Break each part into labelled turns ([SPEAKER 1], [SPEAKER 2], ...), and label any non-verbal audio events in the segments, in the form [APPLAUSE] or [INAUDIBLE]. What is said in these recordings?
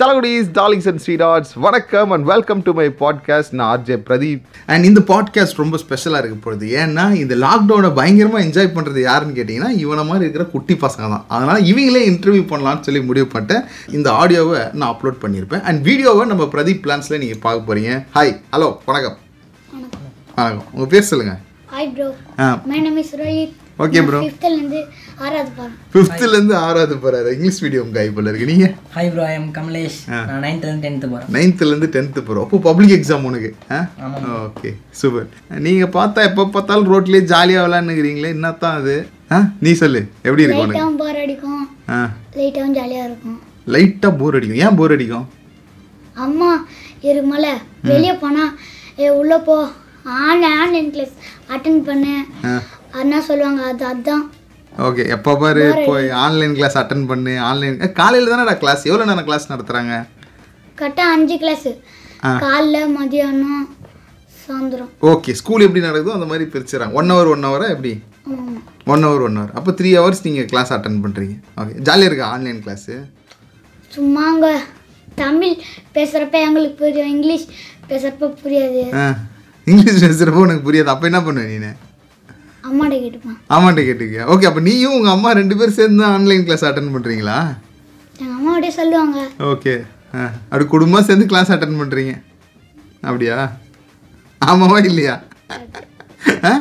[SPEAKER 1] சலகுடிஸ் darlings and sweethearts வணக்கம் and welcome to my podcast நான் RJ Pradeep
[SPEAKER 2] and இந்த podcast ரொம்ப ஸ்பெஷலாக இருக்க போகுது ஏன்னா இந்த லாக்டவுனை பயங்கரமாக என்ஜாய் பண்ணுறது யாருன்னு கேட்டிங்கன்னா இவனை மாதிரி இருக்கிற குட்டி பசங்க தான் அதனால் இவங்களே இன்டர்வியூ பண்ணலாம்னு சொல்லி முடிவு பண்ணிட்டேன் இந்த ஆடியோவை நான் அப்லோட் பண்ணியிருப்பேன் அண்ட் வீடியோவை நம்ம பிரதீப் பிளான்ஸில் நீங்கள் பார்க்க போகிறீங்க ஹாய் ஹலோ வணக்கம் வணக்கம் உங்கள் பேர் சொல்லுங்கள்
[SPEAKER 3] hi bro
[SPEAKER 2] ah
[SPEAKER 3] my name is Rohit
[SPEAKER 2] Okay, bro.
[SPEAKER 3] ஃபிஃப்த்லேருந்து ஆறாவது பாடம்
[SPEAKER 2] ஃபிஃப்த்துலேருந்து ஆறாவது போகிறாரு இங்கிலீஷ் மீடியம் காய் போல இருக்கு நீங்கள்
[SPEAKER 4] ஹாய் ப்ரோ ஐம் கமலேஷ் நான் நைன்த்லேருந்து டென்த்து போகிறேன்
[SPEAKER 2] நைன்த்துலேருந்து டென்த்து போகிறோம் அப்போ பப்ளிக் எக்ஸாம் உனக்கு ஆ ஓகே சூப்பர் நீங்கள் பார்த்தா எப்போ பார்த்தாலும் ரோட்லேயே ஜாலியாக விளாண்டுக்கிறீங்களே என்ன தான் அது ஆ நீ சொல்லு எப்படி இருக்கு உனக்கு
[SPEAKER 3] லைட்டாகவும் போர் அடிக்கும்
[SPEAKER 2] ஆ
[SPEAKER 3] லைட்டாகவும் ஜாலியாக இருக்கும்
[SPEAKER 2] லைட்டாக போர் அடிக்கும் ஏன் போர் அடிக்கும்
[SPEAKER 3] அம்மா இருக்குமல வெளியே போனால் ஏ உள்ளே போ ஆன்லைன் ஆன்லைன் கிளாஸ் அட்டன் பண்ணு
[SPEAKER 2] ஆ
[SPEAKER 3] அதான் சொல்லுவாங்க அது அதான்
[SPEAKER 2] ஓகே எப்போ பாரு போய் ஆன்லைன் கிளாஸ் அட்டன் பண்ணு ஆன்லைன் காலையில் தானேடா கிளாஸ் எவ்வளோ நேரம் கிளாஸ் நடத்துகிறாங்க
[SPEAKER 3] கரெக்டாக அஞ்சு கிளாஸு காலைல மதியானம் சாயந்தரம்
[SPEAKER 2] ஓகே ஸ்கூல் எப்படி நடக்குதோ அந்த மாதிரி பிரிச்சுறாங்க ஒன் ஹவர் ஒன் ஹவரா எப்படி
[SPEAKER 3] ஆமாம்
[SPEAKER 2] ஒன் ஹவர் ஒன் ஹவர் அப்போ த்ரீ ஹவர்ஸ் நீங்கள் கிளாஸ் அட்டன் பண்ணுறீங்க ஓகே ஜாலியாக இருக்கா ஆன்லைன் கிளாஸு
[SPEAKER 3] சும்மா அங்கே தமிழ் பேசுகிறப்ப எங்களுக்கு புரியும் இங்கிலீஷ் பேசுகிறப்ப புரியாது
[SPEAKER 2] ஆ இங்கிலீஷ் பேசுகிறப்போ உனக்கு புரியாது அப்போ என்ன பண்ணுவ நீ
[SPEAKER 3] அம்மாட்ட கேட்டுப்பான்
[SPEAKER 2] ஆமாட்ட கேட்டுக்க ஓகே அப்போ நீயும் உங்கள் அம்மா ரெண்டு பேரும் சேர்ந்து ஆன்லைன் கிளாஸ் அட்டன் பண்ணுறீங்களா
[SPEAKER 3] எங்கள் அம்மாவோடய சொல்லுவாங்க
[SPEAKER 2] ஓகே ஆ அப்படி குடும்பமாக சேர்ந்து கிளாஸ் அட்டன் பண்ணுறீங்க அப்படியா ஆமாவா இல்லையா ஆ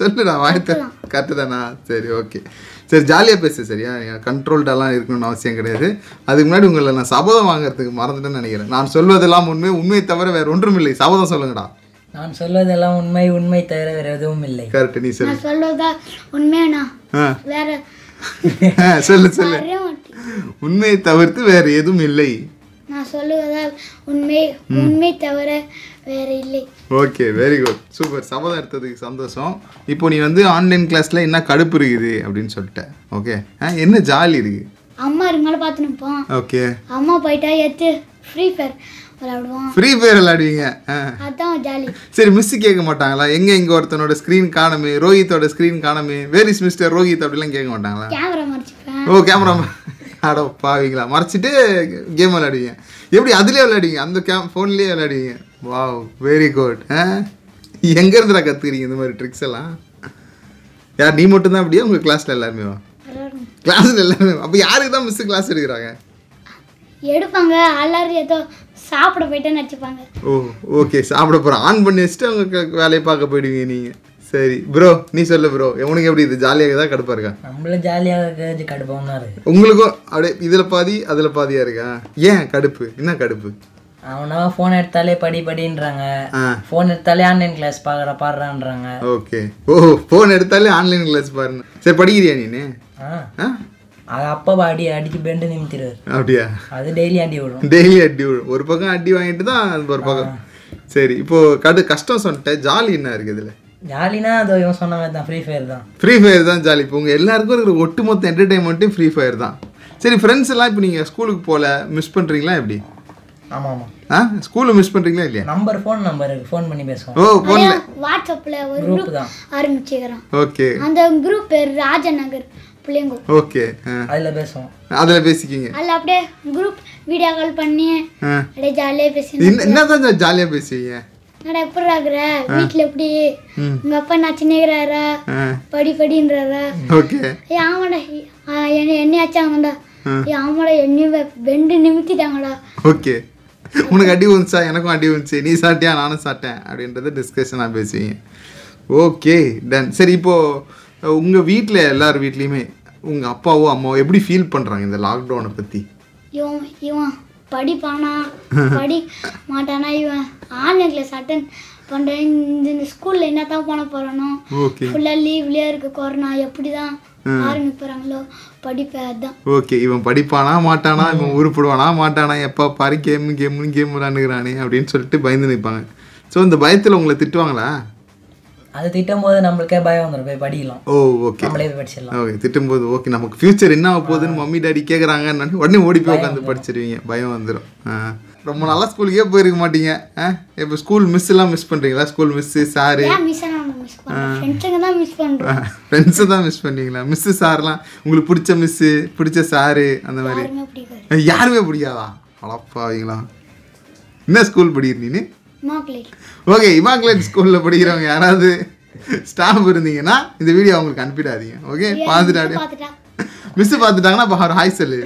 [SPEAKER 2] சொல்லுடா வாய்த்த கரெக்டு தானா சரி ஓகே சரி ஜாலியாக பேசு சரியா கண்ட்ரோல்டெல்லாம் இருக்கணும்னு அவசியம் கிடையாது அதுக்கு முன்னாடி உங்களை நான் சபதம் வாங்குறதுக்கு மறந்துட்டேன்னு நினைக்கிறேன் நான் சொல்வதெல்லாம் உண்மை உண்மையை தவிர வேறு ஒன்றும் இல்லை சபதம் சொல்லுங்கடா
[SPEAKER 4] நான் சொல்வதெல்லாம் உண்மை உண்மை தவிர வேறு எதுவும் இல்லை
[SPEAKER 2] கரெக்டு நீ சொல்லு
[SPEAKER 3] நான் சொல்றதா உண்மையாண்ணா
[SPEAKER 2] ஆ
[SPEAKER 3] வேற
[SPEAKER 2] ஆ, சொல்லு சொல்லு
[SPEAKER 3] வரவே மாட்டேன்
[SPEAKER 2] உண்மையை தவிர்த்து வேறு எதுவும் இல்லை
[SPEAKER 3] நான் சொல்லுவதா உண்மை உண்மை தவிர வேற இல்லை
[SPEAKER 2] ஓகே வெரி குட் சூப்பர் சபதம் எடுத்ததுக்கு சந்தோஷம் இப்போ நீ வந்து ஆன்லைன் கிளாஸில் என்ன கடுப்பு இருக்குது அப்படின்னு சொல்லிட்ட ஓகே ஆ என்ன ஜாலி இருக்கு
[SPEAKER 3] அம்மா இருக்கு மேலே பார்த்து நிற்போம்
[SPEAKER 2] ஓகே
[SPEAKER 3] அம்மா போயிட்டா எடுத்து ஃப்ரீ ஃபயர் விளையாடுவோம்
[SPEAKER 2] ஃப்ரீ ஃபயர் விளாடுவீங்க ஆ
[SPEAKER 3] அதான் ஜாலி
[SPEAKER 2] சரி மிஸ் கேட்க மாட்டாங்களா எங்கே இங்கே ஒருத்தனோட ஸ்க்ரீன் காணுமே ரோஹித்தோட ஸ்க்ரீன் காணுமே வேர் இஸ் மிஸ்டர் ரோஹித் அப்படிலாம் கேட்க மாட்டாங்களா
[SPEAKER 3] கேமரா மறைச்சிப்பேன்
[SPEAKER 2] ஓ கேமரா அட பாவீங்களா மறைச்சிட்டு கேம் விளையாடுவீங்க எப்படி அதுலேயே விளையாடுவீங்க அந்த கேம் ஃபோன்லேயே விளையாடுவீங்க வாவ் வெரி குட் ஆ எங்கேருந்துடா கற்றுக்கிறீங்க இந்த மாதிரி ட்ரிக்ஸ் எல்லாம் யார் நீ மட்டும்தான் அப்படியே உங்கள் கிளாஸில் எல்லாருமே வா
[SPEAKER 3] விளையாடணும்.
[SPEAKER 2] கிளாஸில் எல்லாருமே அப்போ யாருக்கு தான் மிஸ்ஸு கிளாஸ் எடுக்கிறாங்க
[SPEAKER 3] எடுப்பாங்க எல்லாரும் ஏதோ சாப்பிட போயிட்டே நடிச்சுப்பாங்க
[SPEAKER 2] ஓ ஓகே சாப்பிட போகிறோம் ஆன் பண்ணி வச்சுட்டு அவங்க க- வேலையை பார்க்க போயிடுவீங்க நீங்கள் சரி ப்ரோ நீ சொல்லு ப்ரோ உனக்கு எப்படி இது ஜாலியாக தான் கடுப்பாக இருக்கா
[SPEAKER 4] நம்மளும் ஜாலியாக இருக்கிறது கடுப்பமாக இருக்கு
[SPEAKER 2] உங்களுக்கும் அப்படியே இதில் பாதி அதில் பாதியாக இருக்கா ஏன் கடுப்பு என்ன கடுப்பு
[SPEAKER 4] அவனா ஃபோன் எடுத்தாலே படி படின்றாங்க
[SPEAKER 2] ஆ
[SPEAKER 4] ஃபோன் எடுத்தாலே ஆன்லைன் கிளாஸ் பார்க்குற பாடுறான்றாங்க
[SPEAKER 2] ஓகே ஓ ஃபோன் எடுத்தாலே ஆன்லைன் கிளாஸ் பாருங்க சரி படிக்கிறியா நீனு
[SPEAKER 4] ஆ
[SPEAKER 2] ஆ
[SPEAKER 4] அது அப்பா அடி அடிச்சு பெண்டு நிமித்திடுவார்
[SPEAKER 2] அப்படியா
[SPEAKER 4] அது டெய்லி அடி விடும்
[SPEAKER 2] டெய்லி அடி விழும் ஒரு பக்கம் அடி வாங்கிட்டு தான் அது ஒரு பக்கம் சரி இப்போ கடு கஷ்டம் சொல்லிட்டேன் ஜாலி என்ன இருக்குது இதில்
[SPEAKER 4] ஜாலினா அது இவன் சொன்ன மாதிரி தான் ஃப்ரீ ஃபயர் தான்
[SPEAKER 2] ஃப்ரீ ஃபயர் தான் ஜாலி இப்போ உங்கள் எல்லாருக்கும் இருக்கிற ஒட்டுமொத்த என்டர்டைன்மெண்ட்டும் ஃப்ரீ ஃபயர் தான் சரி ஃப்ரெண்ட்ஸ் எல்லாம் இப்போ நீங்கள் ஸ்கூலுக்கு போகல மிஸ் பண்ணுறீங்களா எப்படி
[SPEAKER 4] ஆமாம் ஆமாம்
[SPEAKER 2] ஆ ஸ்கூலில் மிஸ் பண்ணுறீங்களா இல்லையா
[SPEAKER 4] நம்பர் ஃபோன் நம்பர் இருக்கு ஃபோன் பண்ணி பேசுவோம்
[SPEAKER 2] ஓ போகல
[SPEAKER 3] வாட்ஸ்அப்பில் ஒரு
[SPEAKER 4] குரூப் தான்
[SPEAKER 3] ஆரம்பிச்சுக்கிறோம்
[SPEAKER 2] ஓகே
[SPEAKER 3] அந்த குரூப் பேர் ராஜநகர் பிள்ளைங்கோ
[SPEAKER 2] ஓகே ஆ
[SPEAKER 4] அதில் பேசுவோம்
[SPEAKER 2] அதில் பேசிக்கிங்க
[SPEAKER 3] அதில் அப்படியே குரூப் வீடியோ கால் பண்ணி
[SPEAKER 2] ஆ
[SPEAKER 3] அப்படியே ஜாலியாக பேசி
[SPEAKER 2] என்ன என்னதான் ஜாலியாக பேசுவீங்க
[SPEAKER 3] என்னடா எப்படி இருக்கிற வீட்டில் எப்படி
[SPEAKER 2] ம்.
[SPEAKER 3] உங்க அப்பா நச்சுனுங்கிறாரா
[SPEAKER 2] ஆ
[SPEAKER 3] படி படின்றாரா
[SPEAKER 2] ஓகே
[SPEAKER 3] ஏ ஆமாடா ஆ, என்ன என்னையாச்சாங்கடா ஏ ஆமாடா என்னையும் பெண்டு நிமித்திட்டாங்கடா
[SPEAKER 2] ஓகே உனக்கு அடி வந்துச்சா எனக்கும் அடி வந்துச்சு நீ சாப்பிட்டியா நானும் சாப்பிட்டேன் அப்படின்றத டிஸ்கஷனாக பேசுவீங்க ஓகே டன் சரி இப்போது உங்கள் வீட்டில் எல்லார் வீட்லேயுமே உங்கள் அப்பாவோ அம்மாவோ எப்படி ஃபீல் பண்ணுறாங்க இந்த லாக்டவுனை பற்றி
[SPEAKER 3] இவன் இவன் படிப்பானா படி மாட்டானா இவன் ஆன்லைன் கிளாஸ் அட்டன் பண்ணுறேன் இந்த இந்த ஸ்கூலில் என்ன தான் பண்ண போகிறானோ
[SPEAKER 2] ஓகே
[SPEAKER 3] ஃபுல்லாக லீவ்லேயே இருக்க கொரோனா எப்படி தான் ஆரம்பிப்பாங்களோ படிப்பை அதான்
[SPEAKER 2] ஓகே இவன் படிப்பானா மாட்டானா இவன் உருப்பிடுவானா மாட்டானா எப்போ பாரு கேம் கேம்னு கேம் விளாண்டுக்கிறானே அப்படின்னு சொல்லிட்டு பயந்து நிற்பாங்க ஸோ இந்த பயத்தில் உங்களை திட்டுவாங்களா
[SPEAKER 4] அது திட்டும் போது நம்மளுக்கே பயம் வந்துடும் போய் படிக்கலாம்
[SPEAKER 2] ஓ ஓகே
[SPEAKER 4] நம்மளே போய் படிச்சிடலாம்
[SPEAKER 2] ஓகே திட்டும்போது ஓகே நமக்கு ஃபியூச்சர் என்ன ஆக போகுதுன்னு மம்மி டாடி கேட்குறாங்கன்னு உடனே ஓடி போய் உட்காந்து படிச்சிருவீங்க பயம் வந்துடும் ரொம்ப நல்லா ஸ்கூலுக்கே போயிருக்க மாட்டீங்க ஆ இப்போ ஸ்கூல் மிஸ் எல்லாம் மிஸ் பண்ணுறீங்களா ஸ்கூல் மிஸ்ஸு சாரு
[SPEAKER 3] ஏன் மிஸ் நம்ம மிஸ் பண்ணுறோம் ஃப்ரெண்ட்ஸுங்க தான் மிஸ் பண்ணுறோம்
[SPEAKER 2] ஃப்ரெண்ட்ஸை தான் மிஸ் பண்ணீங்களா மிஸ்ஸு சார்லாம் உங்களுக்கு பிடிச்ச மிஸ்ஸு பிடிச்ச சாரு அந்த மாதிரி
[SPEAKER 3] யாருமே பிடிக்காது
[SPEAKER 2] யாருமே பிடிக்காதா அழப்பாவீங்களா என்ன ஸ்கூல் படிக்கிற நீனு
[SPEAKER 3] மாப்பிள்ளை
[SPEAKER 2] ஓகே இமாக்லேட் ஸ்கூலில் படிக்கிறவங்க யாராவது ஸ்டாஃப் இருந்தீங்கன்னா இந்த வீடியோ அவங்களுக்கு அனுப்பிடாதீங்க ஓகே பார்த்துட்டு அப்படியே
[SPEAKER 3] பார்த்துட்டா
[SPEAKER 2] மிஸ் பார்த்துட்டாங்கன்னா அப்போ அவர் ஹாய் சொல்லு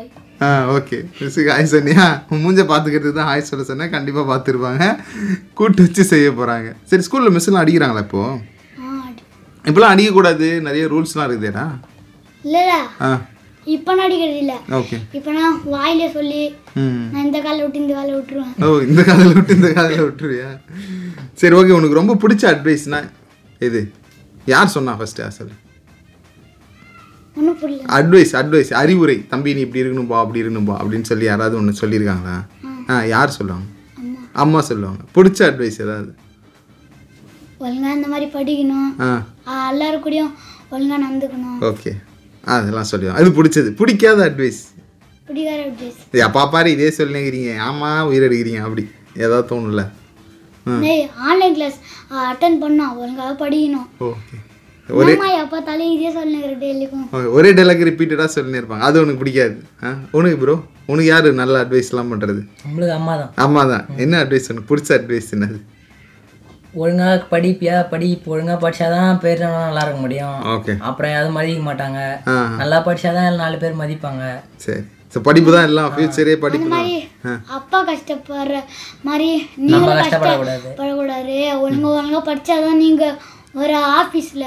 [SPEAKER 3] ஐ-
[SPEAKER 2] ஆ ஓகே மிஸ்ஸுக்கு ஹாய் சொன்னியா உன் மூஞ்ச பார்த்துக்கிறது தான் ஹாய் சொல்ல சொன்னேன் கண்டிப்பாக பார்த்துருப்பாங்க கூட்டு வச்சு செய்ய போகிறாங்க சரி ஸ்கூலில் மிஸ்ஸுலாம் அடிக்கிறாங்களா இப்போது
[SPEAKER 3] ஆ அடி-
[SPEAKER 2] இப்போலாம் அடிக்கக்கூடாது நிறைய ரூல்ஸ்லாம் இருக்குதேடா
[SPEAKER 3] இல்லடா
[SPEAKER 2] ஆ
[SPEAKER 3] இப்போ நான் அடிக்கிறது இல்லை
[SPEAKER 2] ஓகே
[SPEAKER 3] இப்போ நான் வாயில சொல்லி
[SPEAKER 2] ம்
[SPEAKER 3] நான் இந்த காலை விட்டு இந்த காலை விட்டுருவேன்
[SPEAKER 2] ஓ இந்த காதில் விட்டு இந்த காதில் விட்டுருவியா சரி ஓகே உனக்கு ரொம்ப பிடிச்ச அட்வைஸ்னா எது யார் சொன்னா ஃபஸ்ட்டு அசல்
[SPEAKER 3] ஒன்றும் புரியல
[SPEAKER 2] அட்வைஸ் அட்வைஸ் அறிவுரை தம்பி நீ இப்படி இருக்கணும்பா அப்படி இருக்கணும்பா அப்படின்னு சொல்லி யாராவது ஒன்று சொல்லியிருக்காங்களா ஆ யார் சொல்லுவாங்க அம்மா சொல்லுவாங்க பிடிச்ச அட்வைஸ் ஏதாவது
[SPEAKER 3] ஒழுங்கா இந்த மாதிரி படிக்கணும்
[SPEAKER 2] ஆ
[SPEAKER 3] ஆ, எல்லாரும் கூடயும் ஒழுங்கா நடந்துக்கணும்
[SPEAKER 2] ஓகே அதெல்லாம் சொல்லுவாங்க அது பிடிச்சது பிடிக்காத அட்வைஸ்
[SPEAKER 3] பிடிக்காத அட்வைஸ்
[SPEAKER 2] அப்பா பாரு இதே சொல்லுங்கிறீங்க ஆமாம் உயிரெடுக்கிறீங்க அப்படி ஏதாவது தோணும்ல
[SPEAKER 3] டேய் ஆன்லைன் கிளாஸ் அட்டன் பண்ணோம் ஒழுங்காக படிக்கணும்
[SPEAKER 2] ஓகே
[SPEAKER 3] அம்மா எப்போ தலையும் இதே சொல்லுங்கிற டெய்லிக்கும்
[SPEAKER 2] ஒரே டைலாக் ரிப்பீட்டடாக சொல்லினே இருப்பாங்க அது உனக்கு பிடிக்காது ஆ உனக்கு ப்ரோ உனக்கு யார் நல்ல அட்வைஸ்லாம் பண்ணுறது
[SPEAKER 4] நம்மளுக்கு அம்மா தான்
[SPEAKER 2] அம்மா தான் என்ன அட்வைஸ் உனக்கு பிடிச்ச அட்வைஸ் என்னது
[SPEAKER 4] ஒழுங்கா படிப்பியா படி இப்போ ஒழுங்கா படிச்சாதான் பேர் நல்லா இருக்க முடியும்
[SPEAKER 2] ஓகே
[SPEAKER 4] அப்புறம் யாரும் மதிக்க மாட்டாங்க
[SPEAKER 2] ஆ
[SPEAKER 4] நல்லா படிச்சாதான் நாலு பேர் மதிப்பாங்க
[SPEAKER 2] சரி ஸோ படிப்பு தான் எல்லாம் ஃபியூச்சரே படிப்பு தான்
[SPEAKER 3] அப்பா கஷ்டப்படுற மாதிரி
[SPEAKER 4] நம்ம
[SPEAKER 3] நீங்களும்
[SPEAKER 4] கஷ்டப்படக்கூடாது
[SPEAKER 3] கஷ்டப்படக்கூடாது ஒழுங்கா ஒழுங்கா படிச்சாதான் நீங்க ஒரு ஆபீஸ்ல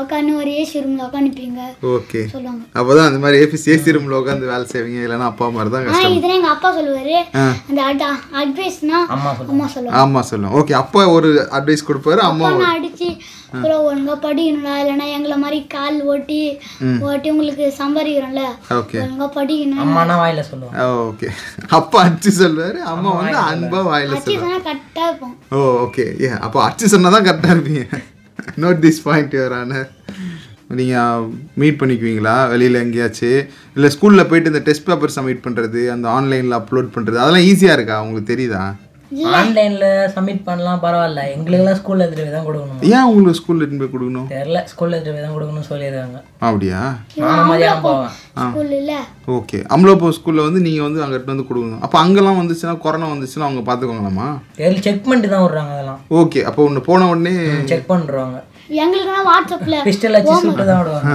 [SPEAKER 3] உக்காந்து ஒரு ஏசி ரூம்ல உக்காந்துப்பீங்க
[SPEAKER 2] ஓகே
[SPEAKER 3] சொல்லுவாங்க
[SPEAKER 2] அப்போ தான் அந்த மாதிரி ஏபிசி ஏசி ரூமில் உட்காந்து வேலை செய்வீங்க இல்லைன்னா அப்பா மாதிரி தான்
[SPEAKER 3] ஆனா
[SPEAKER 2] கஷ்டம்
[SPEAKER 3] இதுல எங்க அப்பா சொல்லுவாரு அந்த அட்வைஸ்னா
[SPEAKER 4] அம்மா சொல்லுவாங்க.
[SPEAKER 3] அம்மா சொல்லுவாங்க
[SPEAKER 2] ஆமாம் சொல்லும் ஓகே அப்பா ஒரு அட்வைஸ் கொடுப்பாரு அம்மா
[SPEAKER 3] அப்பா நான் அடிச்சு அப்புறம் ஒழுங்கா படிக்கணும்டா இல்லைன்னா எங்களை மாதிரி கால் ஓட்டி ஓட்டி உங்களுக்கு சம்பாதிக்கிறோம்ல
[SPEAKER 2] ஓகே
[SPEAKER 3] ஒழுங்கா படிக்கணும்
[SPEAKER 4] அம்மானா வாயில சொல்லுவாங்க
[SPEAKER 2] [LAUGHS] ஓகே அப்பா அடிச்சு சொல்லுவார் அம்மா வந்து அன்பா வாயில சொல்லுவாங்க
[SPEAKER 3] அச்சி சொன்னா கரெக்டா இருக்கும்
[SPEAKER 2] ஓ ஓகே ஏ அப்போ அடிச்சு சொன்னால் தான் கரெக்டாக இருப்பீங்க [LAUGHS] note this point your honour நீங்கள் மீட் பண்ணிக்குவீங்களா வெளியில் எங்கேயாச்சு இல்லை ஸ்கூலில் போயிட்டு இந்த டெஸ்ட் பேப்பர் சப்மிட் பண்ணுறது அந்த ஆன்லைனில் அப்லோட் பண்ணுறது அதெல்லாம் ஈஸியாக இருக்கா உங்களுக்கு தெரியுதா
[SPEAKER 4] ஆன்லைன்ல சப்மிட் பண்ணலாம் பரவாயில்ல எங்களுக்கெல்லாம் ஸ்கூல்ல எடுத்துட்டு போய் தான் கொடுக்கணும்
[SPEAKER 2] ஏன் உங்களுக்கு ஸ்கூலில் எடுத்துன்னு போய் கொடுக்கணும்
[SPEAKER 4] தெரியல ஸ்கூல்ல எடுத்துட்டு போய் தான் கொடுக்கணும்னு சொல்லியிருக்காங்க
[SPEAKER 2] அப்படியா
[SPEAKER 4] நானும் மதியானம் போவேன்
[SPEAKER 3] ஸ்கூல் இல்ல
[SPEAKER 2] ஓகே அம்லோபோ ஸ்கூலில் வந்து நீங்கள் வந்து அங்கிட்டு வந்து கொடுக்கணும் அப்போ அங்கெல்லாம் வந்துச்சுன்னா கொரோனா வந்துச்சுன்னா அவங்க பார்த்துக்கோங்களாம்மா
[SPEAKER 4] தெரியல செக் பண்ணிட்டு தான் விடுறாங்க அதெல்லாம்
[SPEAKER 2] ஓகே அப்போ ஒன்று போன உடனே
[SPEAKER 4] செக் பண்ணிடுவாங்க
[SPEAKER 3] எங்களுக்குனா
[SPEAKER 4] [LAUGHS]
[SPEAKER 3] வாட்ஸ்அப்ல
[SPEAKER 4] பிஸ்டல் வச்சு சுட்டு தான் விடுவாங்க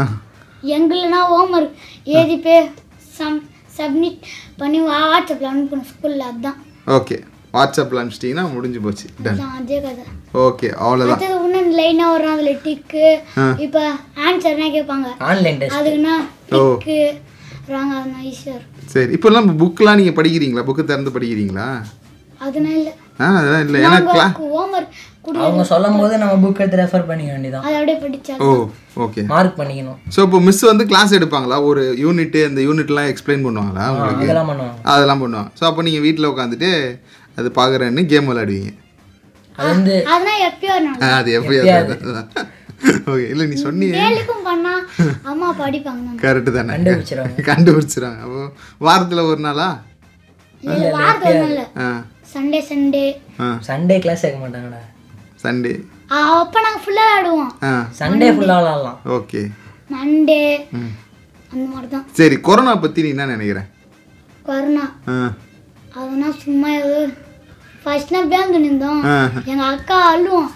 [SPEAKER 3] எங்களுனா ஹோம்ஒர்க் ஏதி பேர் சம் சப்மிட் பண்ணி வாட்ஸ்அப்பில் அனுப்பணும் ஸ்கூலில் அதான்
[SPEAKER 2] ஓகே வாட்ஸ்அப்பில் அனுப்பிச்சிட்டிங்கன்னா முடிஞ்சு போச்சு டன்
[SPEAKER 3] அதான் அதே கதை
[SPEAKER 2] ஓகே அவ்வளோதான்
[SPEAKER 3] அடுத்தது இன்னும் லைனாக வரும் அதில் டிக்கு இப்போ ஆன்சர்னா கேட்பாங்க
[SPEAKER 4] ஆன்லைன் டெஸ்ட்
[SPEAKER 3] அதுக்குன்னா
[SPEAKER 2] ஓ.
[SPEAKER 3] டிக்கு ராங் அதனால் ஈஸியாக இருக்கும்
[SPEAKER 2] சரி இப்போல்லாம் புக்கெலாம் நீங்கள் படிக்கிறீங்களா புக்கு திறந்து படிக்கிறீங்களா
[SPEAKER 3] அதனால இல்லை
[SPEAKER 2] ஆ அதெல்லாம் இல்லை ஏன்னா கிளா
[SPEAKER 3] ஹோம்ஒர்க் கொடு
[SPEAKER 4] அவங்க சொல்லும் போது நம்ம புக் எடுத்து ரெஃபர் பண்ணிக்க வேண்டியதான்
[SPEAKER 3] அதை அப்படியே படித்தா
[SPEAKER 2] ஓ ஓகே
[SPEAKER 4] மார்க் பண்ணிக்கணும்
[SPEAKER 2] ஸோ இப்போ மிஸ் வந்து கிளாஸ் எடுப்பாங்களா ஒரு யூனிட்டு அந்த யூனிட்லாம் எக்ஸ்பிளைன் பண்ணுவாங்களா உங்களுக்கு
[SPEAKER 4] அதெல்லாம் பண்ணுவாங்க
[SPEAKER 2] அதெல்லாம் பண்ணுவாங்க ஸோ அப்போ நீங்கள் வீட்டில் உட்காந்துட்டு அது பார்க்குறேன்னு கேம் விளையாடுவீங்க
[SPEAKER 4] அது வந்து
[SPEAKER 3] அதெல்லாம் எப்பயோ நான்
[SPEAKER 2] ஆ, அது எப்படி ஓகே இல்லை நீ சொன்னீங்க
[SPEAKER 3] டேலுக்கும் பண்ணால் அம்மா படிப்பாங்க நாங்கள்
[SPEAKER 2] கரெக்டு தானே
[SPEAKER 4] கண்டுபிடிச்சிருவாங்க
[SPEAKER 2] கண்டுபிடிச்சிடுறாங்க அப்போ வாரத்தில் ஒரு நாளா
[SPEAKER 3] இல்லை வாரத்தில் இல்லை
[SPEAKER 2] ஆ
[SPEAKER 3] சண்டே சண்டே
[SPEAKER 2] ஆ
[SPEAKER 4] சண்டே கிளாஸ் எடுக்க மாட்டாங்கடா
[SPEAKER 2] சண்டே
[SPEAKER 3] அப்போ நாங்கள் ஃபுல்லாக விளாடுவோம்
[SPEAKER 2] ஆ
[SPEAKER 4] சண்டே ஃபுல்லாக விளாட்லாம்
[SPEAKER 2] ஓகே
[SPEAKER 3] மண்டே
[SPEAKER 2] ம்
[SPEAKER 3] அந்த மாதிரி தான்
[SPEAKER 2] சரி கொரோனா பற்றி நீ என்ன நினைக்கிற
[SPEAKER 3] கொரோனா
[SPEAKER 2] ஆ
[SPEAKER 3] அதெல்லாம் சும்மா ஏதோ ஃபர்ஸ்ட் நான் பேந்து நின்றோம்
[SPEAKER 2] ஆ
[SPEAKER 3] எங்கள் அக்கா அழுவோம்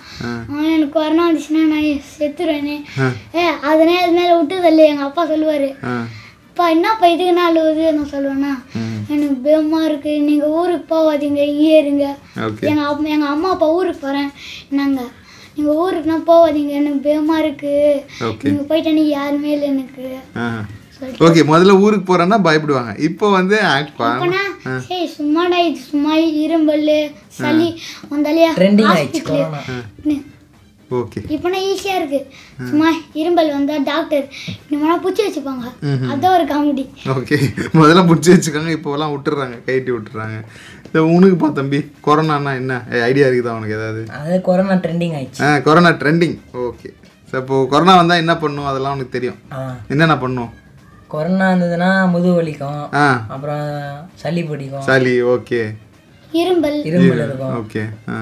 [SPEAKER 3] அவன் எனக்கு கொரோனா வந்துச்சுன்னா நான் செத்துருவேனே
[SPEAKER 2] ஆ.
[SPEAKER 3] ஏ அதனே அது மேலே விட்டுதில்ல எங்கள் அப்பா சொல்லுவார்
[SPEAKER 2] ஆ
[SPEAKER 3] அப்பா என்னப்பா இதுக்குன்னா அழுவுது நான் சொல்லுவேன்னா எனக்கு பயமாக இருக்குது நீங்கள் ஊருக்கு போகாதீங்க இங்கே இருங்க
[SPEAKER 2] ஓகே
[SPEAKER 3] எங்கள் அம்மா எங்கள் அம்மா அப்பா ஊருக்கு போகிறேன் நாங்க நீங்கள் ஊருக்குனா போகாதீங்க எனக்கு பயமாக இருக்குது
[SPEAKER 2] ஓகே
[SPEAKER 3] நீங்கள் போயிட்டேன்னு யாருமே இல்லை எனக்கு
[SPEAKER 2] ஆ
[SPEAKER 3] சரி.
[SPEAKER 2] ஓகே முதல்ல ஊருக்கு போறேன்னா பயப்படுவாங்க இப்போ வந்து ஆக்ட் பண்ண
[SPEAKER 3] அப்பனா ஏய் சும்மாடா இது சும்மா இரும்பல் சளி வந்தாலே
[SPEAKER 4] ட்ரெண்டிங் ஆயிடுச்சு கொரோனா
[SPEAKER 2] ஓகே
[SPEAKER 3] இப்போனா ஈஸியாக இருக்கு சும்மா இரும்பல் வந்தால் டாக்டர் இன்னும்னா பூச்சி வச்சுப்பாங்க அதான் ஒரு காமெடி
[SPEAKER 2] ஓகே முதல்ல முடிச்சு வச்சுக்கோங்க இப்போலாம் விட்டுறாங்க கைட்டி விட்டுறாங்க இந்த உனக்கு பா தம்பி கொரோனானா என்ன ஐடியா இருக்குதா உனக்கு ஏதாவது
[SPEAKER 4] அது கொரோனா ட்ரெண்டிங் ஆயிடுச்சு
[SPEAKER 2] ஆ கொரோனா ட்ரெண்டிங் ஓகே ஸோ இப்போ கொரோனா வந்தால் என்ன பண்ணும் அதெல்லாம் உனக்கு தெரியும்
[SPEAKER 4] ஆ
[SPEAKER 2] என்னென்ன பண்ணும்
[SPEAKER 4] கொரோனா இருந்ததுன்னா முதுகு வலிக்கும்
[SPEAKER 2] ஆ
[SPEAKER 4] அப்புறம் சளி பிடிக்கும்
[SPEAKER 2] சளி ஓகே
[SPEAKER 3] இரும்பல்
[SPEAKER 4] இருமல் இருக்கும்
[SPEAKER 2] ஓகே ஆ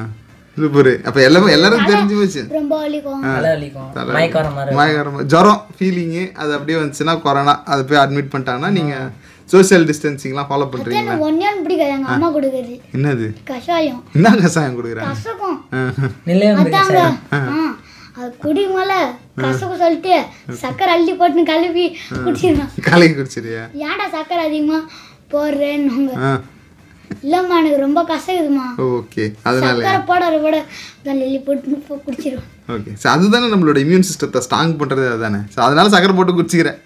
[SPEAKER 2] சூப்பர் அப்போ எல்லாமே எல்லாரும் தெரிஞ்சு போச்சு
[SPEAKER 3] ரொம்ப வலிக்கும்
[SPEAKER 4] தலை வலிக்கும் மயக்கார மாதிரி
[SPEAKER 2] மயக்காரம் ஜுரம் ஃபீலிங்கு அது அப்படியே வந்துச்சுன்னா கொரோனா அதை போய் அட்மிட் பண்ணிட்டாங்கன்னா நீங்கள் சோஷியல் டிஸ்டன்சிங்லாம் ஃபாலோ பண்ணுறீங்களா
[SPEAKER 3] எனக்கு ஒன்றையும் பிடிக்காது எங்கள் அம்மா கொடுக்குறது
[SPEAKER 2] என்னது
[SPEAKER 3] கஷாயம்
[SPEAKER 2] என்ன கசாயம் கொடுக்குறாங்க
[SPEAKER 3] கசக்கும்
[SPEAKER 4] நிலையம் இருக்கு
[SPEAKER 3] அதாங்க ஆ, அது குடிமல கசக்க சொல்லிட்டு சக்கரை அள்ளி போட்டுன்னு கழுவி குடிச்சிடணும்
[SPEAKER 2] கலக்கி குடிச்சிருயா
[SPEAKER 3] ஏன்டா சக்கரை அதிகமா போடுறேன்னு
[SPEAKER 2] ஆ
[SPEAKER 3] இல்லம்மா எனக்கு ரொம்ப கசக்குதுமா
[SPEAKER 2] ஓகே அதனால
[SPEAKER 3] சக்கரை போட போட அள்ளி போட்டுன்னு போ- குடிச்சிருவேன்
[SPEAKER 2] ஓகே ஸோ அதுதானே நம்மளோட இம்யூன் சிஸ்டத்தை ஸ்ட்ராங் பண்ணுறது அதுதானே ஸோ அதனால சக்கரை போட்டு குடிச்சிக்கிறேன்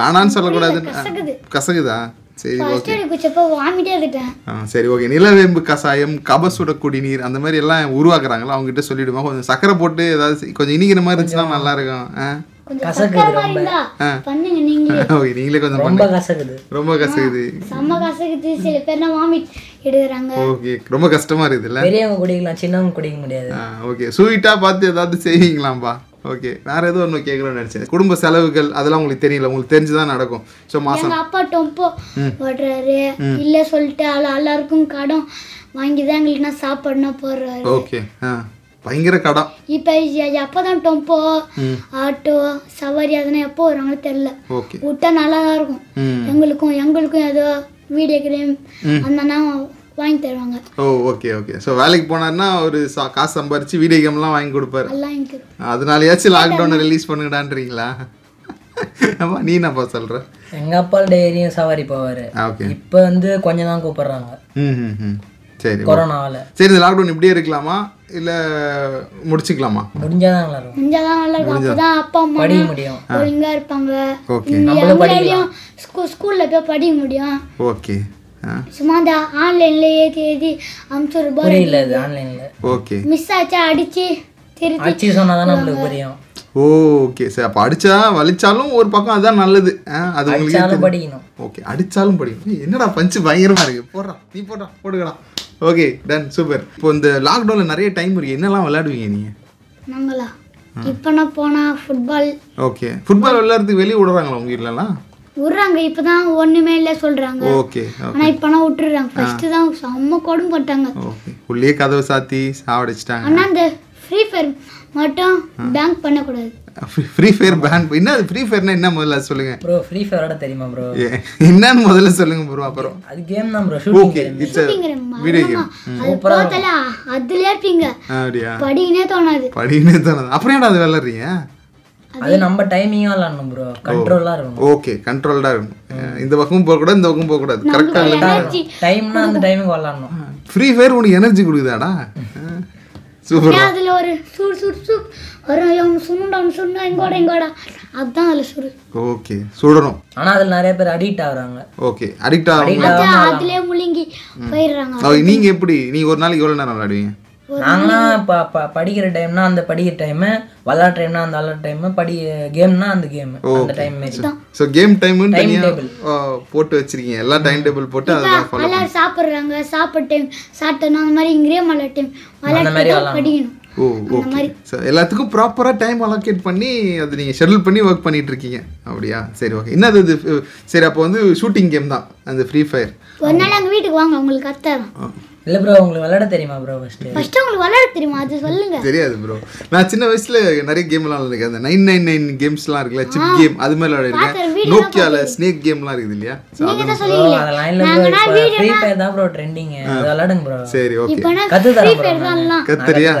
[SPEAKER 2] வேணான்னு சொல்லக்கூடாதுன்னு கசகுதா சரி
[SPEAKER 3] ஃபர்ஸ்ட் எனக்கு குடிச்சப்போ வாமிட்டே இருந்துட்டேன்
[SPEAKER 2] ஆ சரி ஓகே நிலவேம்பு கசாயம் கபசுட குடிநீர் அந்த மாதிரி எல்லாம் உருவாக்குறாங்களா அவங்ககிட்ட சொல்லிடுமா கொஞ்சம் சக்கரை போட்டு ஏதாவது செய்- கொஞ்சம் இனிக்கிற மாதிரி இருந்துச்சுன்னா நல்லா இருக்கும் ஆ
[SPEAKER 3] கொஞ்சம் சக்கரை மாதிரி இருந்தா பண்ணுங்க நீங்களே
[SPEAKER 2] ஓகே நீங்களே கொஞ்சம்
[SPEAKER 4] ரொம்ப கசக்குது
[SPEAKER 2] பண்ணு. ரொம்ப கசகுது
[SPEAKER 3] செம்ம கசக்குது சில பேர்னா வாமிட் எடுக்கிறாங்க
[SPEAKER 2] ஓகே ரொம்ப கஷ்டமா இருக்குதுல்ல
[SPEAKER 4] பெரியவங்க குடிக்கலாம் சின்னவங்க குடிக்க முடியாது
[SPEAKER 2] ஆ ஓகே ஸ்வீட்டாக பார்த்து ஏதாவது செய்வீங்களாம்பா ஓகே வேற ஏதோ ஒன்று கேட்கணும்னு நினச்சேன் குடும்ப செலவுகள் அதெல்லாம் உங்களுக்கு தெரியல உங்களுக்கு தெரிஞ்சு தான் நடக்கும் ஸோ மாதம்
[SPEAKER 3] எங்க அப்பா டொம்போ ஓடுறாரு இல்ல சொல்லிட்டு ஆள் எல்லாருக்கும் கடன் வாங்கி தான் எங்களுக்கு நான் சாப்பாடுனா போடுறாரு
[SPEAKER 2] ஓகே ஆ பயங்கர கடன்
[SPEAKER 3] இப்போ எப்போதான் டொம்போ ஆட்டோ சவாரி அதெல்லாம் எப்போ வராங்களோ தெரில
[SPEAKER 2] ஓகே
[SPEAKER 3] விட்டா நல்லா தான் இருக்கும்
[SPEAKER 2] ம்
[SPEAKER 3] எங்களுக்கும் எங்களுக்கும் ஏதோ வீடியோ கேம் அந்தனா வாங்கி தருவாங்க
[SPEAKER 2] ஓ ஓகே ஓகே ஸோ வேலைக்கு போனாருன்னா ஒரு சா- காசு சம்பாரிச்சு வீடியோ கேம்லாம் வாங்கி கொடுப்பாரு
[SPEAKER 3] எல்லாம் எனக்கு
[SPEAKER 2] அதனாலயாச்சும் லாக்டவுனை ரிலீஸ் பண்ணுங்கடான்றீங்களா [LAUGHS] ஆமா நீ என்னப்பா சொல்ற
[SPEAKER 4] எங்க அப்பா டெய்லியும் சவாரி போவாரு
[SPEAKER 2] ஓகே
[SPEAKER 4] இப்ப வந்து கொஞ்சம் தான் கூப்பிடுறாங்க
[SPEAKER 2] ம் ம், ம் சரி
[SPEAKER 4] கொரோனாவால
[SPEAKER 2] சரி இந்த லாக்டவுன் இப்படியே இருக்கலாமா இல்லை முடிச்சுக்கலாமா
[SPEAKER 4] முடிஞ்சாதான் நல்லா இருக்கும்
[SPEAKER 3] முடிஞ்சாதான் நல்லா இருக்கும் அப்பதான் அப்பா அம்மா
[SPEAKER 4] படிக்க முடியும்
[SPEAKER 3] ஒழுங்கா இருப்பாங்க
[SPEAKER 2] ஓகே
[SPEAKER 3] எங்களையும் ஸ்கூல் ஸ்கூலில் போய் படிக்க முடியும்
[SPEAKER 2] ஓகே ஆ
[SPEAKER 3] சும்மா இந்த ஆன்லைன்ல ஏற்றி ஏற்றி அமுச்சு ரூபாய்
[SPEAKER 4] புரியல இது ஆன்லைன்ல
[SPEAKER 2] ஓகே
[SPEAKER 3] மிஸ் ஆச்சா அடிச்சு திருத்தி
[SPEAKER 4] அடிச்சு சொன்னாதான் நம்மளுக்கு புரியும்
[SPEAKER 2] ஓ ஓகே சரி அப்போ அடிச்சா வலிச்சாலும் ஒரு பக்கம் அதான் நல்லது ஆ அது உங்களுக்கு
[SPEAKER 4] அடிச்சாலும் படிக்கணும்
[SPEAKER 2] ஓகே அடிச்சாலும் படிக்கணும் ஏய், என்னடா பஞ்சு பயங்கரமா இருக்கு போடுறா நீ போடுறா போட்டுக்கலாம் ஓகே டன் சூப்பர் இப்போ இந்த லாக்டவுனில் நிறைய டைம் இருக்கு என்னெல்லாம் விளையாடுவீங்க நீங்கள்
[SPEAKER 3] நாங்களா இப்போனா போனா ஃபுட்பால்
[SPEAKER 2] ஓகே ஃபுட்பால் விளையாடுறதுக்கு வெளியே விடுறாங்களா உங்கள் வீட்லலாம்
[SPEAKER 3] விடுறாங்க இப்பதான் ஒண்ணுமே இல்லை சொல்றாங்க
[SPEAKER 2] ஓகே
[SPEAKER 3] ஆனா இப்போனா விட்டுறாங்க ஃபர்ஸ்ட் தான் செம்ம கொடும் போட்டாங்க
[SPEAKER 2] ஓகே உள்ளே கதவை சாத்தி சாவடிச்சிட்டாங்க
[SPEAKER 3] ஆனா அந்த ஃப்ரீ ஃபயர் மட்டும் பேங்க் பண்ணக்கூடாது
[SPEAKER 2] ஃப்ரீ ஃபயர் பேன் என்ன அது ஃப்ரீ ஃபயர்னா என்ன முதல்ல அது சொல்லுங்க
[SPEAKER 4] ப்ரோ ஃப்ரீ ஃபயரோட தெரியுமா ப்ரோ
[SPEAKER 2] ஏ, என்னன்னு முதல்ல சொல்லுங்க ப்ரோ அப்புறம்
[SPEAKER 4] அது கேம் தான் ப்ரோ ஷூட்டிங்
[SPEAKER 2] ஓகே இட்ஸ்
[SPEAKER 3] அப்படிங்கிற
[SPEAKER 2] வீடியோ
[SPEAKER 3] மரணமா,
[SPEAKER 2] கேம்
[SPEAKER 3] அது பார்த்தால அதுல இருப்பீங்க
[SPEAKER 2] அப்படியா
[SPEAKER 3] படிக்கனே தோணாது
[SPEAKER 2] படினே தானே அப்புறம் ஏன்டா அது விளையாடுறீங்க
[SPEAKER 4] அது நம்ம டைமிங்காக விளாடணும் ப்ரோ கண்ட்ரோலாக இருக்கும்
[SPEAKER 2] ஓகே கண்ட்ரோல்டாக இருக்கும் அஹ், இந்த பக்கம் போகக்கூடாது இந்த பக்கம் போகக்கூடாது கரெக்டாக
[SPEAKER 3] எனர்ஜி
[SPEAKER 4] டைம்னா அந்த டைமுக்கு விளாடணும்
[SPEAKER 2] ஃப்ரீ ஃபயர் உனக்கு எனர்ஜி கொடுக்குதாடா சூப்பர்
[SPEAKER 3] ஏன் அதுல ஒரு சுடு சுடு சுடு வரும் இவங்க சுண்ணுண்டான் சுண்ணா எங்கோட எங்கோட அதுதான் அதுல சுடு
[SPEAKER 2] ஓகே சுடணும்
[SPEAKER 4] ஆனா அதுல நிறைய பேர் அடிக்ட் ஆகுறாங்க
[SPEAKER 2] ஓகே அடிக்ட் ஆகும்
[SPEAKER 3] அதான் அதுலயே முழுங்கி போயிடுறாங்க
[SPEAKER 2] நீங்கள் எப்படி நீங்கள் ஒரு நாளைக்கு எவ்வளோ நேரம் விளையாடுவீங்க
[SPEAKER 4] நாங்களாம் இப்போ படிக்கிற டைம்னா அந்த படிக்கிற டைமு விளாட்ற டைம்னா அந்த விளாட்ற டைம் படி கேம்னா அந்த கேம் அந்த டைம் மாரி
[SPEAKER 2] ஸோ கேம் டைமுன்னு தனியாக போட்டு வச்சிருக்கீங்க எல்லா டைம் டேபிள் போட்டு அதெல்லாம் ஃபாலோ
[SPEAKER 3] எல்லாரும் சாப்பிடுறாங்க சாப்பிட்ட டைம் சாப்பிட்டோம் அந்த மாதிரி இங்கேயே மழை டைம் விளையாட்டு தான் படிக்கணும்
[SPEAKER 2] ஓ ஓகே ஸோ எல்லாத்துக்கும் ப்ராப்பராக டைம் அலோகேட் பண்ணி அது நீங்கள் ஷெட்யூல் பண்ணி ஒர்க் பண்ணிட்டு இருக்கீங்க அப்படியா சரி ஓகே என்னது இது அஹ், சரி அப்போ வந்து ஷூட்டிங் கேம் தான் அந்த ஃப்ரீ ஃபயர்
[SPEAKER 3] ஒரு நாள் எங்க வீட்டுக்கு வாங்க உங்களுக்கு கத்தாரம்
[SPEAKER 4] இல்ல ப்ரோ உங்களுக்கு விளாட தெரியுமா ப்ரோ ஃபர்ஸ்ட்
[SPEAKER 3] ஃபர்ஸ்ட் உங்களுக்கு விளையாட தெரியுமா அது சொல்லுங்க
[SPEAKER 2] தெரியாது ப்ரோ நான் சின்ன வயசில் நிறைய கேம்லாம் விளையாடுறேன் அந்த நைன் நைன் நைன் கேம்ஸ்லாம் இருக்குல்ல சிப் கேம் அது மாதிரி விளையாடிருக்கேன் நோக்கியாவில் ஸ்னேக் கேம்லாம் இருக்குது இல்லையா ஸோ
[SPEAKER 3] நீங்க தான்
[SPEAKER 4] ப்ரோ
[SPEAKER 3] சொல்லுவீங்க
[SPEAKER 4] அதெல்லாம் இல்ல ப்ரோ இப்போ ஃப்ரீ ஃபயர் தான் ப்ரோ ட்ரெண்டிங் அது விளாடுங்க ப்ரோ
[SPEAKER 2] சரி ஓகே
[SPEAKER 3] இப்போனா
[SPEAKER 4] கத்து
[SPEAKER 3] ஃப்ரீ
[SPEAKER 4] தரேன் bro
[SPEAKER 3] ஃபயர் தான் எல்லாம்
[SPEAKER 2] கத்துறியா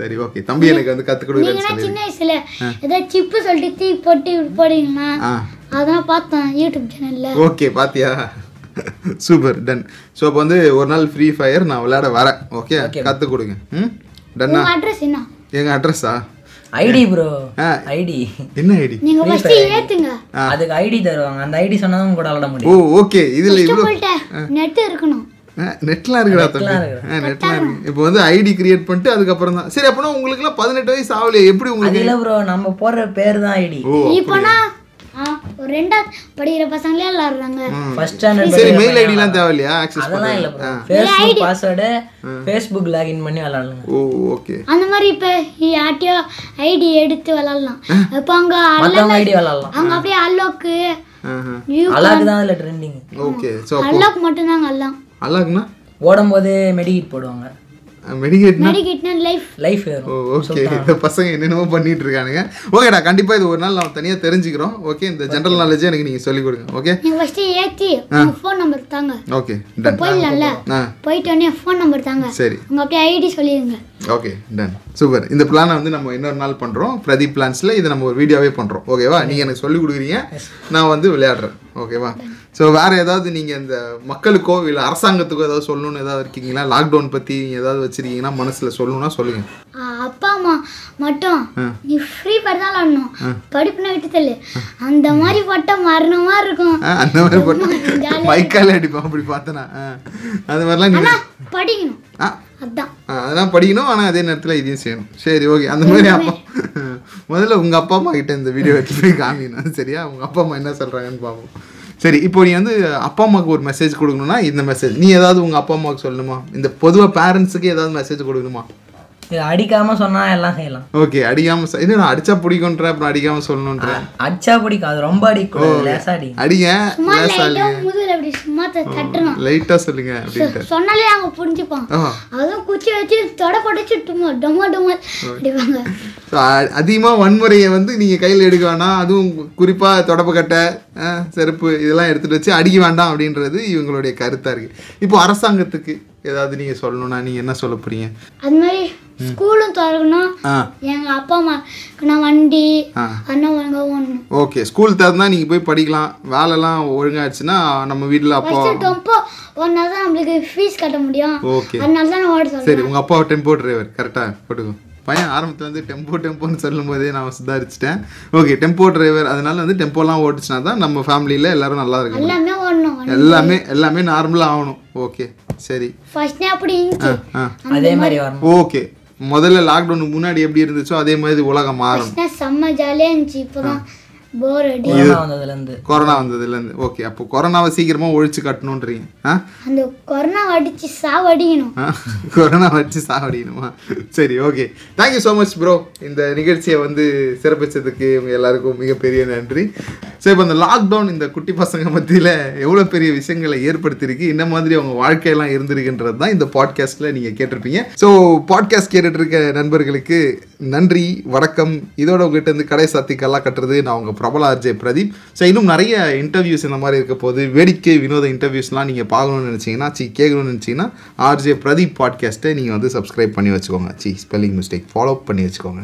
[SPEAKER 2] சரி ஓகே தம்பி எனக்கு வந்து கற்றுக் கொடுக்குறேன்னு
[SPEAKER 3] நீங்கனா
[SPEAKER 2] சொல்லி
[SPEAKER 3] சின்ன வயசுல ஏதோ சிப்பு சொல்லிட்டு தீ போட்டு இப்படி போடுவீங்களா
[SPEAKER 2] ஆ
[SPEAKER 3] அதான் பார்த்தேன் யூடியூப் சேனல்ல
[SPEAKER 2] ஓகே பாத்தியா சூப்பர் டன் ஸோ அப்போ வந்து ஒரு நாள் ஃப்ரீ ஃபயர் நான் விளையாட வரேன் ஓகே கற்றுக் கொடுங்க ம் டன்னா
[SPEAKER 3] உங்க அட்ரஸ் என்ன
[SPEAKER 2] எங்கள் அட்ரஸா
[SPEAKER 4] ஐடி ப்ரோ
[SPEAKER 2] ஆ.
[SPEAKER 4] ஐடி
[SPEAKER 2] என்ன ஐடி
[SPEAKER 3] நீங்க ஃபர்ஸ்ட் ஏத்துங்க
[SPEAKER 4] அதுக்கு ஐடி தருவாங்க அந்த ஐடி சொன்னா தான் கூட விளாட
[SPEAKER 2] ஓ
[SPEAKER 4] முடியும்
[SPEAKER 2] ஓகே இதில் இவ்வளோ
[SPEAKER 3] உங்கள்கிட்ட நெட் இருக்கணும்
[SPEAKER 2] நெட்லாம் இருக்குடா தம்பி ஆ நெட்லாம் இருக்கு இப்போ வந்து ஐடி கிரியேட் பண்ணிட்டு அதுக்கப்புறம் தான் சரி அப்போனா உங்களுக்குலாம் பதினெட்டு வயசு ஆகலையே எப்படி
[SPEAKER 4] அது
[SPEAKER 2] உங்களுக்கு
[SPEAKER 4] இல்ல ப்ரோ நம்ம போடுற பேர் தான் ஐடி
[SPEAKER 2] ஓ
[SPEAKER 3] இப்போனா ஆ, ஒரு ரெண்டாவது படிக்கிற பசங்களே விளாடுறாங்க
[SPEAKER 4] ஃபர்ஸ்ட் ஸ்டாண்டர்ட்
[SPEAKER 2] சரி மெயில் ஐடிலாம் தேவையில்லையா ஆக்சஸ்
[SPEAKER 4] அதெல்லாம் இல்ல ப்ரோ ஃபேஸ்புக் பாஸ்வேர்டு ஃபேஸ்புக் லாகின் பண்ணி விளாடலாம்
[SPEAKER 2] ஓ ஓகே
[SPEAKER 3] அந்த மாதிரி இப்ப யார்ட்டையோ ஐடி எடுத்து விளாடலாம் இப்போ அவங்க அல்ல-
[SPEAKER 4] மற்றவங்க ஐடி விளாடலாம்
[SPEAKER 3] அவங்க அப்படியே அல்லோக்கு யூ-
[SPEAKER 4] அழகு தான் அதில் ட்ரெண்டிங்
[SPEAKER 2] ஓகே ஸோ
[SPEAKER 3] அல்லோக்கு மட்டும்தாங்க எல்லாம்
[SPEAKER 2] அல்லாக்குண்ணா
[SPEAKER 4] ஓடும்போது மெடிக்கிட் போடுவாங்க
[SPEAKER 2] ஆ மெடிகேட்னா
[SPEAKER 3] மெடிக்கேட்னா லைஃப்
[SPEAKER 4] லைஃப் வரும்
[SPEAKER 2] ஓ ஓகே இந்த பசங்க என்னென்னமோ பண்ணிட்டு இருக்கானுங்க ஓகேடா கண்டிப்பா இது ஒரு நாள் நம்ம தனியா தெரிஞ்சுக்கிறோம் ஓகே இந்த ஜென்ரல் நாலேஜே எனக்கு நீங்க சொல்லிக் கொடுங்க ஓகே
[SPEAKER 3] நீங்க ஃபர்ஸ்ட் ஏத்தி உங்க ஃபோன் நம்பர் தாங்க
[SPEAKER 2] ஓகே டன்
[SPEAKER 3] போயிடலாம்ல
[SPEAKER 2] ஆ
[SPEAKER 3] போயிட்டு உடனே ஃபோன் நம்பர் தாங்க
[SPEAKER 2] சரி
[SPEAKER 3] உங்க அப்படியே ஐடி சொல்லிடுங்க
[SPEAKER 2] ஓகே டன் சூப்பர் இந்த பிளானை வந்து நம்ம இன்னொரு நாள் பண்ணுறோம் பிரதீப் பிளான்ஸில் இதை நம்ம ஒரு வீடியோவே பண்ணுறோம் ஓகேவா நீங்கள் எனக்கு சொல்லிக் கொடுக்குறீங்க நான் வந்து விளையாடுறேன் ஓகேவா ஸோ வேறு ஏதாவது நீங்கள் இந்த மக்களுக்கோ இல்லை அரசாங்கத்துக்கோ ஏதாவது சொல்லணும்னு ஏதாவது இருக்கீங்களா லாக்டவுன் பற்றி ஏதாவது வச்சுருக்கீங்கன்னா மனசில் சொல்லணும்னா சொல்லுங்கள்
[SPEAKER 3] ஆ, அப்பா அம்மா மட்டும் நீ ஃப்ரீ ஃபயர் தான் விளாடணும் படிப்புனா விட்டு தள்ளு அந்த மாதிரி போட்டா மரணமா இருக்கும்
[SPEAKER 2] ஆ அந்த மாதிரி போட்டு மைக்கால் அடிப்போம் அப்படி பார்த்தனா ஆ அந்த மாதிரிலாம் நீங்க-
[SPEAKER 3] ஆனா படிக்கணும்
[SPEAKER 2] ஆ
[SPEAKER 3] அதான்
[SPEAKER 2] ஆ, அதெல்லாம் படிக்கணும் ஆனால் அதே நேரத்தில் இதையும் செய்யணும் சரி ஓகே அந்த மாதிரி அப்பா முதல்ல உங்கள் அப்பா அம்மா கிட்ட இந்த வீடியோ எடுத்து போய் காமிக்கணும் சரியா உங்கள் அப்பா அம்மா என்ன சொல்கிறாங்கன்னு பார்ப்போம் சரி இப்போ நீ வந்து அப்பா அம்மாவுக்கு ஒரு மெசேஜ் கொடுக்கணும்னா இந்த மெசேஜ் நீ ஏதாவது உங்கள் அப்பா அம்மாவுக்கு சொல்லணுமா இந்த பொதுவாக பேரண்ட்ஸுக்கு ஏதாவது மெசேஜ் கொடுக்கணுமா
[SPEAKER 4] இது அடிக்காம சொன்னா எல்லாம் செய்யலாம்
[SPEAKER 2] ஓகே அடிக்காமல் இல்லை நான் அடிச்சா பிடிக்குன்ற அப்புறம் அடிக்காமல் சொல்லணுன்ற
[SPEAKER 4] அடிச்சா பிடிக்கும் அது ரொம்ப அடிக்கூடாது லேசா அடி
[SPEAKER 2] அடிங்க
[SPEAKER 3] சும்மா லைட்டா முதுகுல அப்படி சும்மா த- தட்டணும்
[SPEAKER 2] லைட்டாக சொல்லுங்க அப்படின்ட்டு
[SPEAKER 3] சொ- சொன்னாலே அவங்க புரிஞ்சுப்பான்
[SPEAKER 2] ஆ
[SPEAKER 3] அதுவும் குச்சி வச்சு தொட படைச்சு டுமோ டொமோ டொமோ அடிப்பாங்க
[SPEAKER 2] ஸோ அதிகமாக வன்முறையை வந்து நீங்கள் கையில் எடுக்க வேணாம் அதுவும் குறிப்பாக தொடப்பக்கட்டை ஆ, செருப்பு இதெல்லாம் எடுத்துகிட்டு வச்சு அடிக்க வேண்டாம் அப்படின்றது இவங்களுடைய கருத்தாக இருக்குது இப்போ அரசாங்கத்துக்கு ஏதாவது நீங்கள் சொல்லணும்னா நீங்கள் என்ன சொல்ல போகிறீங்க
[SPEAKER 3] அது மாதிரி ஸ்கூலும் திறக்கணும்
[SPEAKER 2] ஆ
[SPEAKER 3] எங்க அப்பா அம்மா நான் வண்டி
[SPEAKER 2] ஆ.
[SPEAKER 3] அண்ணன் ஒழுங்கா ஒன்று
[SPEAKER 2] ஓகே ஸ்கூல் திறந்தா நீங்கள் போய் படிக்கலாம் வேலைலாம் ஒழுங்காச்சுன்னா நம்ம வீட்டில் அப்பா
[SPEAKER 3] ஃபர்ஸ்ட் டொம்போ ஒன்னா தான் நம்மளுக்கு ஃபீஸ் கட்ட முடியும்
[SPEAKER 2] ஓகே
[SPEAKER 3] அதனால தான் நான் ஓட சொல்றேன்
[SPEAKER 2] சரி உங்கள் அப்பா டெம்போ டிரைவர் கரெக்டாக போட்டுக்கோ பையன் ஆரம்பத்தில் வந்து டெம்போ டெம்போன்னு சொல்லும்போதே நான் சுதாரிச்சிட்டேன் ஓகே டெம்போ டிரைவர் அதனால வந்து டெம்போலாம் ஓட்டுச்சுனா தான் நம்ம ஃபேமிலியில் எல்லாரும் நல்லா இருக்கு
[SPEAKER 3] எல்லாமே ஓடணும்
[SPEAKER 2] எல்லாமே எல்லாமே நார்மலாக ஆகணும் ஓகே சரி
[SPEAKER 3] ஃபர்ஸ்ட் அப்படி இருந்துச்சு
[SPEAKER 2] ஆ
[SPEAKER 4] அதே மாதிரி வரணும்
[SPEAKER 2] ஓகே முதல்ல லாக்டவுனுக்கு முன்னாடி எப்படி இருந்துச்சோ அதே மாதிரி உலகம் மாறும்
[SPEAKER 3] ஃபர்ஸ்ட்னா செம்ம ஜாலியா இருந்துச்சு இப்போதான் போர் அடி
[SPEAKER 4] கொரோனா வந்ததுல இருந்து
[SPEAKER 2] கொரோனா வந்ததுலேருந்து ஓகே அப்போ கொரோனாவை சீக்கிரமாக ஒழிச்சு கட்டணுன்றீங்க ஆ
[SPEAKER 3] அந்த கொரோனா அடிச்சு சாவடிக்கணும்
[SPEAKER 2] ஆ? கொரோனா வச்சு சாவடிக்கணுமா சரி okay thank you so much bro இந்த நிகழ்ச்சியை வந்து சிறப்பிச்சதுக்கு உங்க எல்லாருக்கும் மிகப்பெரிய நன்றி ஸோ இப்போ இந்த லாக்டவுன் இந்த குட்டி பசங்க மத்தியில் எவ்வளோ பெரிய விஷயங்களை ஏற்படுத்தியிருக்கு என்ன மாதிரி அவங்க வாழ்க்கையெல்லாம் இருந்திருக்குன்றது தான் இந்த பாட்காஸ்ட்டில் நீங்கள் கேட்டிருப்பீங்க ஸோ பாட்காஸ்ட் கேட்டுட்டு இருக்க நண்பர்களுக்கு நன்றி வணக்கம் இதோட உங்ககிட்ட இருந்து கடை சாத்தி கல்லா கட்டுறது நான் உங்கள் பிரபல ஆர்ஜே பிரதீப் ஸோ இன்னும் நிறைய இன்டர்வியூஸ் இந்த மாதிரி இருக்க போது வேடிக்கை வினோத இன்டர்வியூஸ்லாம் நீங்கள் பார்க்கணும்னு நினச்சிங்கன்னா சி கேட்கணும்னு நினச்சிங்கன்னா ஆர்ஜே பிரதீப் பாட்காஸ்ட்டை நீங்கள் வந்து சப்ஸ்கிரைப் பண்ணி வச்சுக்கோங்க சி ஸ்பெல்லிங் மிஸ்டேக் ஃபாலோ பண்ணி வச்சுக்கோங்க